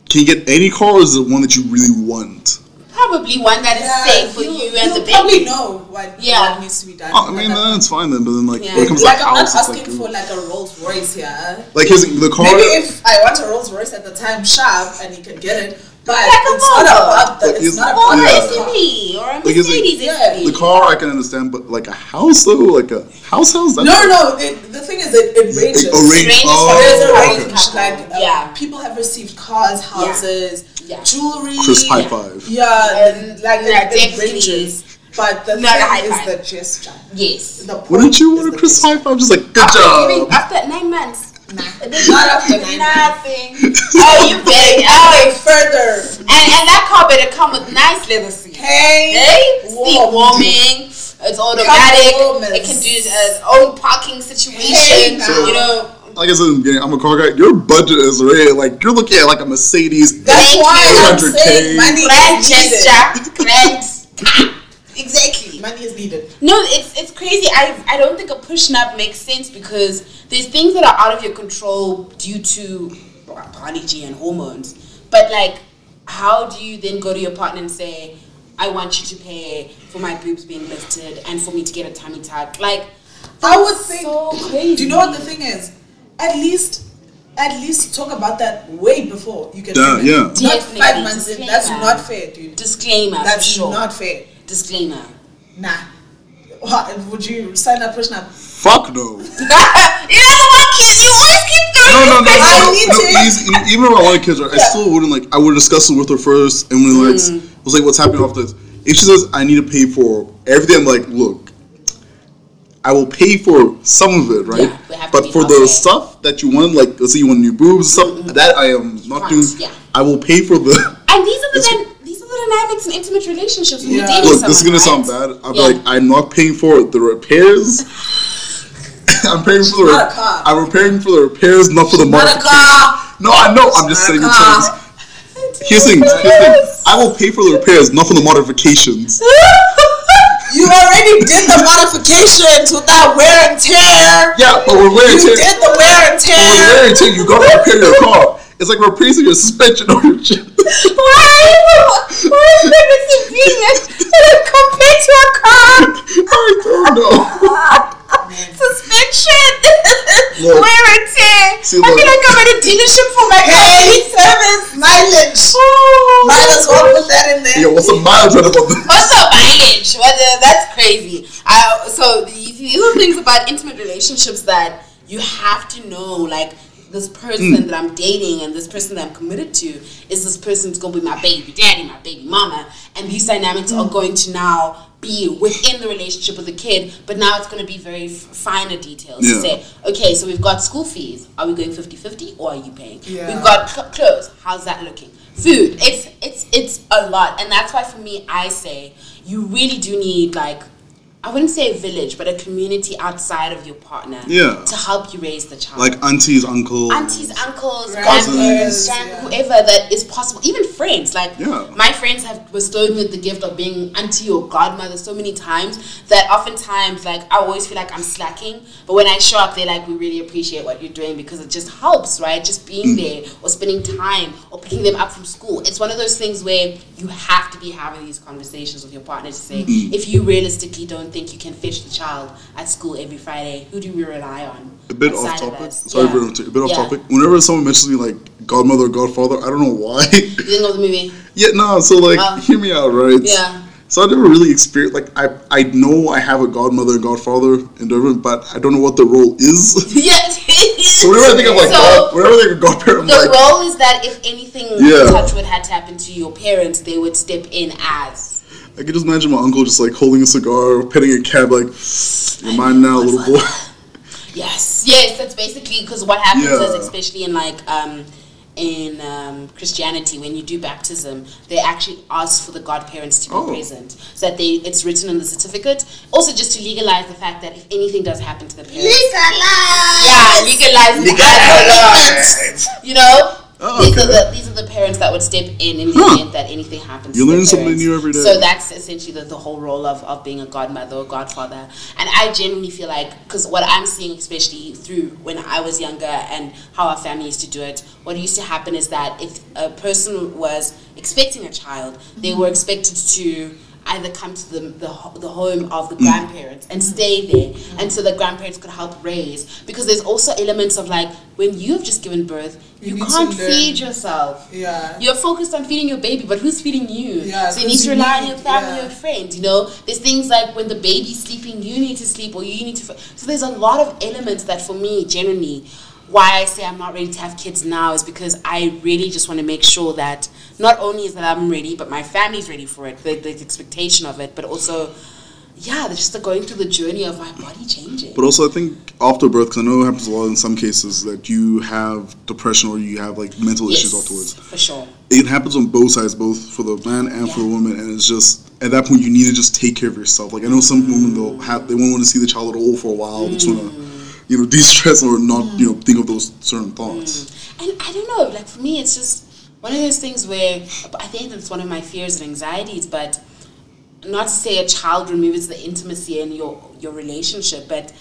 can you get any car or is it one that you really want? probably one that is Yeah, safe for you, and the you probably baby. know what, Yeah. what needs to be done. Oh, I mean, Like, then it's fine then. But then like Yeah. when it comes like to I'm not house, it's asking like, for ooh. like a Rolls Royce here. like his the car. Maybe if I want a Rolls Royce at the time, sharp, and he can get it. But a it's not Volvo. about But that. It's is- not Or about a Yeah. SUV or a Like, is it- Mercedes Yeah. SUV. The car I can understand, but like a house though, like a house house. That's No, no. It, the thing is, it, it ranges. It- oh, range. Range There's a Oh, Range range, okay. couple. like uh, Yeah. people have received cars, houses, Yeah. jewelry, Chris high Yeah. five. yeah, And like yeah, it- it, definitely ranges. But the Not a high thing is five. the gesture. Yes. The Wouldn't point you is want the a Chris gesture. high five? Just like good After, job. after nine months. Nah. And then Not after you nine nothing. oh, you better. Oh, Hey, it's- further. and, and that car better come with nice leather seats. Hey, Hey, seat warm. warming. It's automatic. warmers. It can do its own parking situation. Hey, now. you know. Like I said in the beginning, I'm a car guy. Your budget is really like you're looking at like a Mercedes. That's Thank why you. I'm 200K. saying money grand is needed. gesture, grand. exactly. Money is needed. No, it's it's crazy. I I don't think a push up makes sense because there's things that are out of your control due to biology and hormones. But like, how do you then go to your partner and say, "I want you to pay for my boobs being lifted and for me to get a tummy tuck"? Like, I would that's think. so crazy. Do you know what the thing is? At least, at least talk about that way before you get Duh, pregnant. yeah. Not Definitely, five months in. disclaimer. That's not fair, dude. Disclaimer. That's for sure. not fair. Disclaimer. Nah. Wha- Would you sign up for Snap? Fuck you know no. the one kids you always keep No, throwing. no, no, no. I no, need no, to- easy- you know, even if I wanted kids, right, I Yeah. Mm. still wouldn't like. I would discuss it with her first, and when like s- was like, "What's happening after this?" If she says, "I need to pay for everything," I'm like, "Look, I will pay for some of it, right? Yeah, we have to but be for the okay. stuff that you want, like let's say you want new boobs, or something that I am not Right, doing. yeah. I will pay for the." And these are the It's- dyn- these are the dynamics in intimate relationships. When Yeah. you're dating Look, this is gonna someone, sound right? bad. I'm Yeah. like, I'm not paying for the repairs. I'm paying for the. Not a car. I'm repairing for the repairs, not for the money. car. Ah. No, I know. I'm just Not a saying in car. terms. Here's the thing. Here's the thing. I will pay for the repairs, not for the modifications. You already did the modifications without wear and tear. Yeah, but we're wearing You tear. did the wear and But we're tear. wearing tear. You gotta repair your car. It's like replacing your suspension on your ship. compared to a car? I don't know. Suspension, Look. wear and tear. See, I look. feel like I'm at a dealership for my Hey, service mileage. Might Oh. as well put that in there. Yo, what's the mileage on that? What's the mileage? What the, that's crazy. I, so these, these are things about intimate relationships that you have to know, like this person that I'm dating and this person that I'm committed to is this person's gonna be my baby daddy, my baby mama, and these dynamics are going to now be within the relationship with the kid, but now it's gonna be very f- finer details to Yeah. say, okay, so we've got school fees. Are we going 50-50 or are you paying? Yeah. We've got c- clothes. How's that looking? Food. It's it's it's a lot, and that's why for me, I say you really do need like I wouldn't say a village, but a community outside of your partner. Yeah. To help you raise the child. Like aunties, uncles. Aunties, uncles, Cousins, grandparents, grand- yeah. whoever that is possible, even friends. Like Yeah. my friends have bestowed me with the gift of being auntie or godmother so many times that oftentimes, like I always feel like I'm slacking. But when I show up, they're like, "We really appreciate what you're doing because it just helps, right? Just being there or spending time or picking them up from school. It's one of those things where you have to be having these conversations with your partner to say, if you realistically don't think you can fetch the child at school every Friday, who do we rely on? a bit off outside of topic. us? Sorry, Yeah. for interrupting. a bit off Yeah. topic. Whenever someone mentions me like godmother or godfather, I don't know why. You think of the movie? yeah, nah. So like, Oh. hear me out, right? Yeah. So I never really experienced like I I know I have a godmother and godfather in Durban, but I don't know what the role is. yeah. so whenever I think of like god, whenever I think of godparent, I'm the like, role is that if anything Yeah. touchwood had to happen to your parents, they would step in as. I can just imagine my uncle just like holding a cigar, petting a cab, like, you're mine now, little boy. Yes, yes. That's basically because what happens Yeah. is, especially in like um, in um, Christianity, when you do baptism, they actually ask for the godparents to be Oh. present, so that they it's written on the certificate. Also, just to legalize the fact that if anything does happen to the parents, Lisa Lai. yeah, legalize the You know, Oh, these are okay. the these are the parents that would step in in the Huh. event that anything happens. You to learn their something parents. new every day. So that's essentially the, the whole role of, of being a godmother or godfather. And I genuinely feel like because what I'm seeing, especially through when I was younger and how our family used to do it, what used to happen is that if a person was expecting a child, they were expected to either come to the, the, ho- the home of the grandparents and stay there and so the grandparents could help raise because there's also elements of like when you've just given birth You you, need to can't learn. feed yourself Yeah. you're focused on feeding your baby but who's feeding you Yeah, so you need who's to rely on you your need, family yeah. or friends you know there's things like when the baby's sleeping you need to sleep or you need to f- so there's a lot of elements that for me generally why I say I'm not ready to have kids now is because I really just want to make sure that not only is that I'm ready, but my family's ready for it, the, the expectation of it, but also, yeah, they're just going through the journey of my body changing. But also, I think after birth, because I know it happens a lot in some cases, that you have depression or you have like mental issues afterwards. for sure. It happens on both sides, both for the man and for the Yeah. woman, and it's just at that point you need to just take care of yourself. Like I know some women Mm. they'll have they won't want to see the child at all for a while. They just want to, you know, de-stress or not, you Mm. know, think of those certain thoughts. And I don't know, like for me, it's just one of those things where I think that's one of my fears and anxieties, but not to say a child removes the intimacy in your, your relationship, but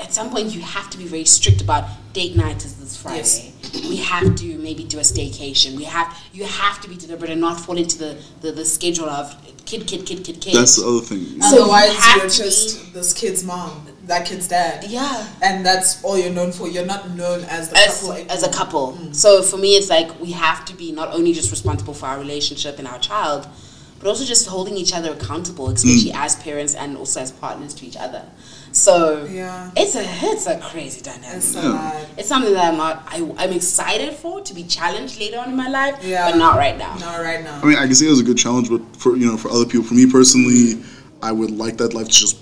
at some point you have to be very strict about date night is this Friday. Yes. We have to maybe do a staycation. We have you have to be deliberate and not fall into the, the, the schedule of kid, kid, kid, kid, kid. That's the other thing. So you Otherwise, have you're to just this kid's mom, that kid's dad. yeah. And that's all you're known for. You're not known as the as, couple. Mm. as a couple. So for me, it's like we have to be not only just responsible for our relationship and our child, but also just holding each other accountable, especially Mm. as parents and also as partners to each other. So Yeah. it's a it's a crazy dynamic. It's It's, so Yeah. bad. something that I'm not I, I'm excited for to be challenged later on in my life, Yeah. but not right now. Not right now. I mean, I can see it as a good challenge, but for you know, for other people, for me personally, I would like that life to just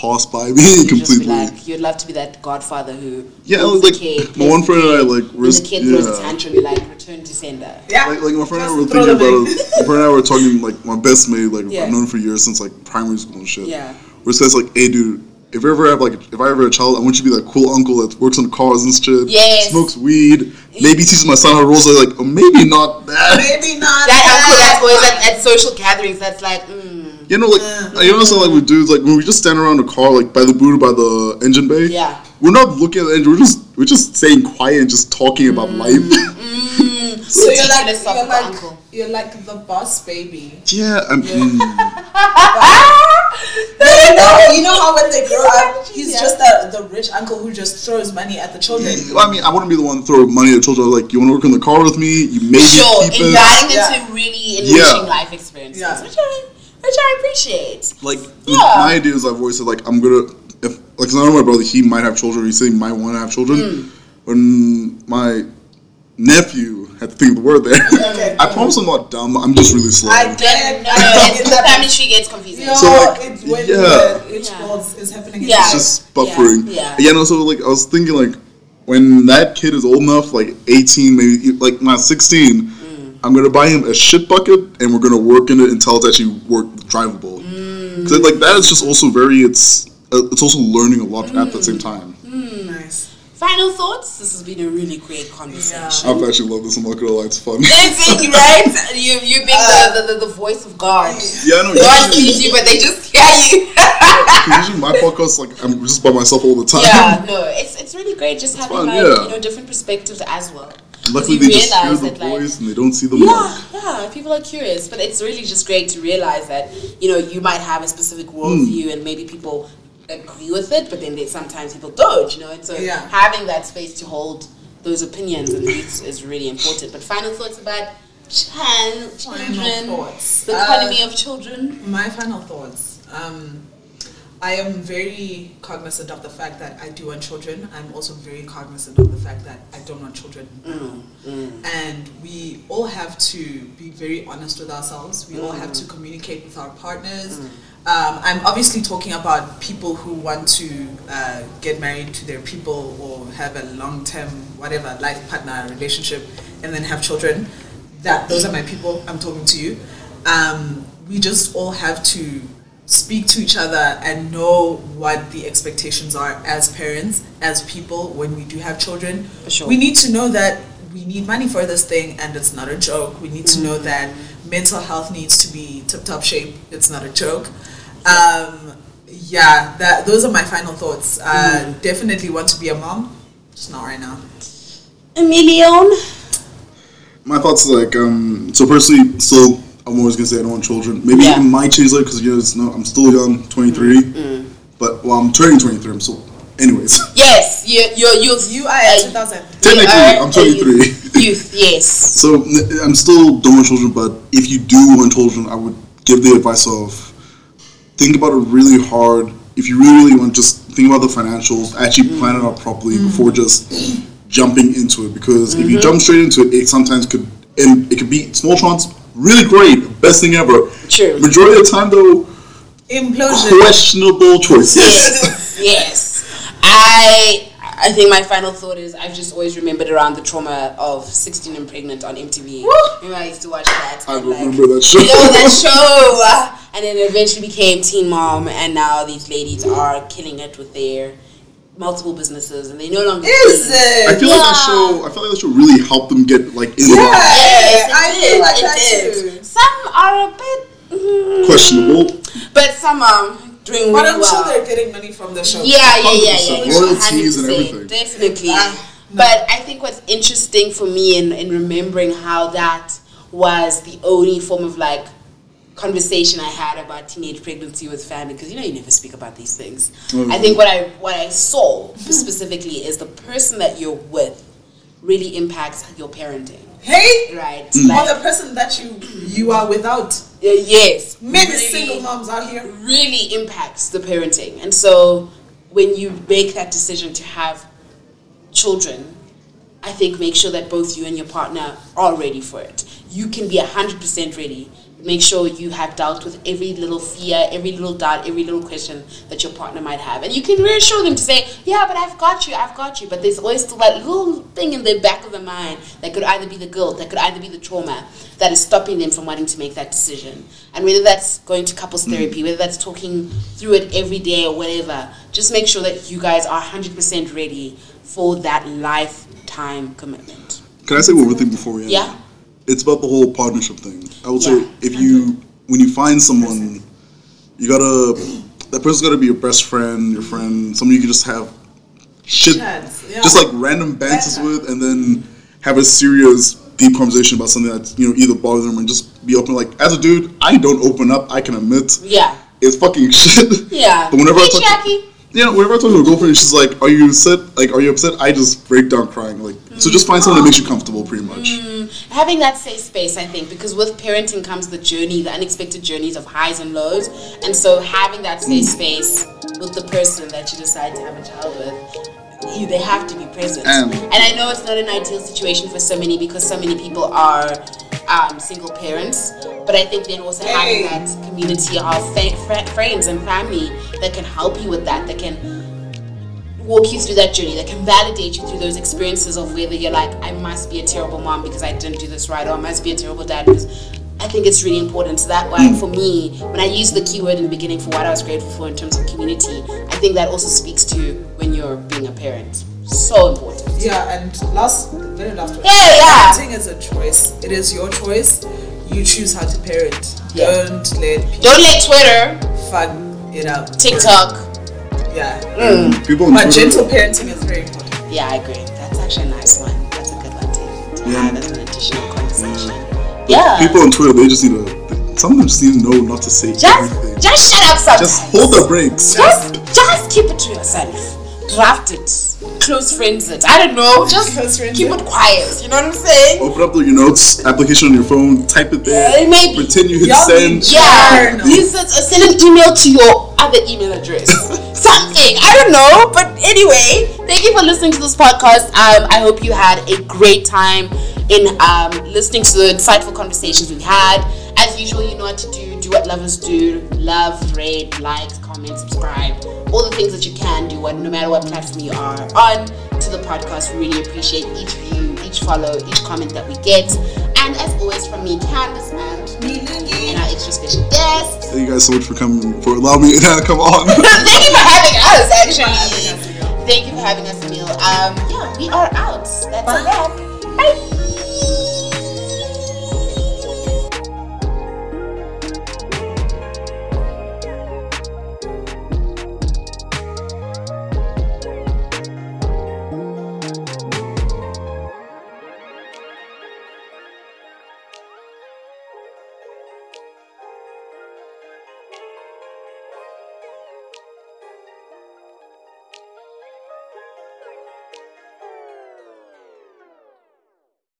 pass by me You'd just be completely. like you'd love to be that godfather who yeah, holds like the kid, my one friend and I like when was the kid yeah. throws a tantrum, you're like return to sender. Yeah. Like, like my friend and I Just were throw thinking them about in. it. My friend and I were talking like my best mate, like Yeah. I've known for years since like primary school and shit. Yeah. Where it says like, hey dude, if you ever have like if I ever have a child, I want you to be that cool uncle that works on cars and shit. Yes. Smokes weed. Maybe teaches my son how to roll. So like, oh, maybe not that. Maybe not. That uncle that's always at, at social gatherings that's like, mm, You know, like you know, so like we do like when we just stand around a car, like by the boot or by the engine bay. Yeah. We're not looking at the engine. We're just we're just staying quiet and just talking about Mm-hmm. life. Mm. So you're like, ridiculous you're uncle. like, you're like the boss baby. yeah. I'm, mm. Ah! You know, you know how when they grow up, such a he's genius. just the, the rich uncle who just throws money at the children. Well, I mean, I wouldn't be the one to throw money at children. Like, you want to work in the car with me? You maybe sure, keep it. inviting them Yeah. to really enriching Yeah. life experiences, Yeah. which I which I appreciate. like Yeah. my idea is I've always said like I'm gonna if like 'cause I know my brother he might have children he said he might want to have children when my nephew had to think of the word there Okay. I promise I'm not dumb I'm just really slow I Then get no, it's, the that- family tree gets confusing. Yo, So, like, it's when yeah. the rich Yeah. world is happening. Yeah. it's just buffering Yeah, yeah. yeah no so like I was thinking like when that kid is old enough like 18 maybe e, like not 16 Mm. I'm gonna buy him a shit bucket and we're gonna work in it until it's actually work drivable Mm. 'Cause, like that is just also very it's uh, it's also learning a lot at the Mm. same time. Nice. Final thoughts. This has been a really great conversation. I've actually loved this. I'm not gonna lie, it's fun. That's it, right? You you being the, the, the, the voice of God. Uh, yeah, no, God usually, sees you, but they just hear you. 'cause usually my podcast like I'm just by myself all the time. yeah, no, it's it's really great just having fun, like yeah. you know different perspectives as well. 'Cause Luckily, you they just hear realize the that, like, voice and they don't see the Yeah, mark. yeah, people are curious, but it's really just great to realize that you know you might have a specific worldview, Hmm. and maybe people agree with it, but then they, sometimes people don't, you know. And so Yeah. having that space to hold those opinions and views is really important. But final thoughts about chan- children, thoughts. the Uh, economy of children. My final thoughts. Um, I am very cognizant of the fact that I do want children. I'm also very cognizant of the fact that I don't want children now. And we all have to be very honest with ourselves. We all have Mm. to communicate with our partners. Um, I'm obviously talking about people who want to uh, get married to their people or have a long term, whatever, life partner, relationship, and then have children. That Those are my people. I'm talking to you. Um, we just all have to speak to each other and know what the expectations are as parents, as people when we do have children. For sure. We need to know that we need money for this thing and it's not a joke. We need to know Mm-hmm. that mental health needs to be tip top shape. It's not a joke. Um, yeah, that those are my final thoughts. Mm-hmm. Uh, Definitely want to be a mom, just not right now. Emilion, My thoughts is like um. So personally, still I'm always gonna say I don't want children. Maybe Yeah. it might change later because you know it's not, I'm still young, 23. But well, I'm turning 23. I'm still. Anyways, yes, you you you You are at 2000. Technically, are I'm a youth- 23. Youth, yes. so n- I'm still don't want children. But if you do want children, I would give the advice of think about it really hard. If you really, really want, just think about the financials. Actually, Mm. plan it out properly before just jumping into it. Because if Mm-hmm. you jump straight into it, it sometimes could and it could be small chance, really great, best thing ever. True. Majority of the time, though, Implosion. questionable choices. yes, yes. I I think my final thought is I've just always remembered around the trauma of 16 and pregnant on MTV. Remember I used to watch that. I and, like, remember that show. You know that show. And then it eventually became Teen Mom, and now these ladies are killing it with their multiple businesses, and they no longer. Is clean. it? I feel like that Yeah. show. I feel like that show really helped them get like in Yeah. Yes, it I feel did, like it that did. too. Some are a bit the mm, questionable. but some are doing really but I'm well. sure they're getting money from the show. Yeah, yeah, yeah, yeah. 100%. yeah. Royalties and 100%, everything. Definitely. Ah, no. But I think what's interesting for me in, in remembering how that was the only form of like conversation I had about teenage pregnancy with family because you know you never speak about these things. Mm. I think what I what I saw Mm-hmm. specifically is the person that you're with really impacts your parenting. Hey, Right. Mm. or Like, the person that you you are without. uh, yes. Many really- single moms out here. really impacts the parenting. And so when you make that decision to have children, I think make sure that both you and your partner are ready for it. You can be 100% ready make sure you have dealt with every little fear, every little doubt, every little question that your partner might have. And you can reassure them to say, Yeah, but I've got you, I've got you. But there's always still that little thing in the back of the mind that could either be the guilt, that could either be the trauma that is stopping them from wanting to make that decision. And whether that's going to couples therapy, whether that's talking through it every day or whatever, just make sure that you guys are 100% ready for that lifetime commitment. Can I say one more thing before we end? Yeah. It's about the whole partnership thing. I would Yeah. say if you when you find someone, you gotta that person's gotta be your best friend, your friend, someone you can just have shit, Chats, yeah. just like random bances with, and then have a serious, deep conversation about something that's you know either bothers them or just be open. Like as a dude, I don't open up. I can admit Yeah. it's fucking shit. Yeah. But whenever hey, I talk, Jackie. yeah, whenever I talk to a girlfriend, she's like, "Are you upset? Like, are you upset?" I just break down crying. Like, so just find someone that makes you comfortable, pretty much. having that safe space i think because with parenting comes the journey the unexpected journeys of highs and lows and so having that safe space with the person that you decide to have a child with you, they have to be present Um. and i know it's not an ideal situation for so many because so many people are um, single parents but i think then also having Hey. that community of fa- fr- friends and family that can help you with that that can walk you through that journey that can validate you through those experiences of whether you're like i must be a terrible mom because i didn't do this right or i must be a terrible dad because i think it's really important so that why for me when i use the keyword in the beginning for what i was grateful for in terms of community i think that also speaks to when you're being a parent so important Yeah, and last, very last one. Yeah, yeah. Parenting is a choice. It is your choice. You choose how to parent. Yeah. Don't let people don't let twitter fuck it up. tiktok Yeah. People on But Twitter- gentle parenting is very important. yeah i agree that's actually a nice one that's a good one to, to have as an additional conversation yeah People on Twitter, they just need to. Some of them just need to know not to say everything. just just shut up sometimes Just hold the brakes. just just keep it to yourself. Draft it. Close friends it. I don't know. Just Close friends keep it. it quiet. You know what I'm saying? Open up your notes application on your phone, type it there, Yeah, maybe. pretend you hit Y'all send. need- Yeah. Sure. Use it or send an email to your other email address. Something. I don't know. But anyway, thank you for listening to this podcast. Um, I hope you had a great time in um, listening to the insightful conversations we've had. As usual, you know what to do. Do what lovers do. Love, rate, like, comment, subscribe. All the things that you can do, what, no matter what platform you are on, to the podcast. We really appreciate each view, each follow, each comment that we get. And as always, from me, Candace and and our extra special guest. Thank you guys so much for coming, for allowing me to come on. Thank you for having us, Thank you for actually. Thank you for having us, Emil. Um, yeah, we are out. That's a wrap.